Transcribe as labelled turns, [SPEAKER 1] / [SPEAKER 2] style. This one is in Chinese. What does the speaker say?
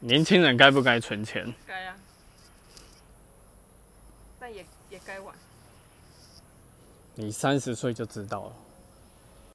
[SPEAKER 1] 年轻人该不该存钱？
[SPEAKER 2] 该啊，但也也该晚。
[SPEAKER 1] 你三十岁就知道了。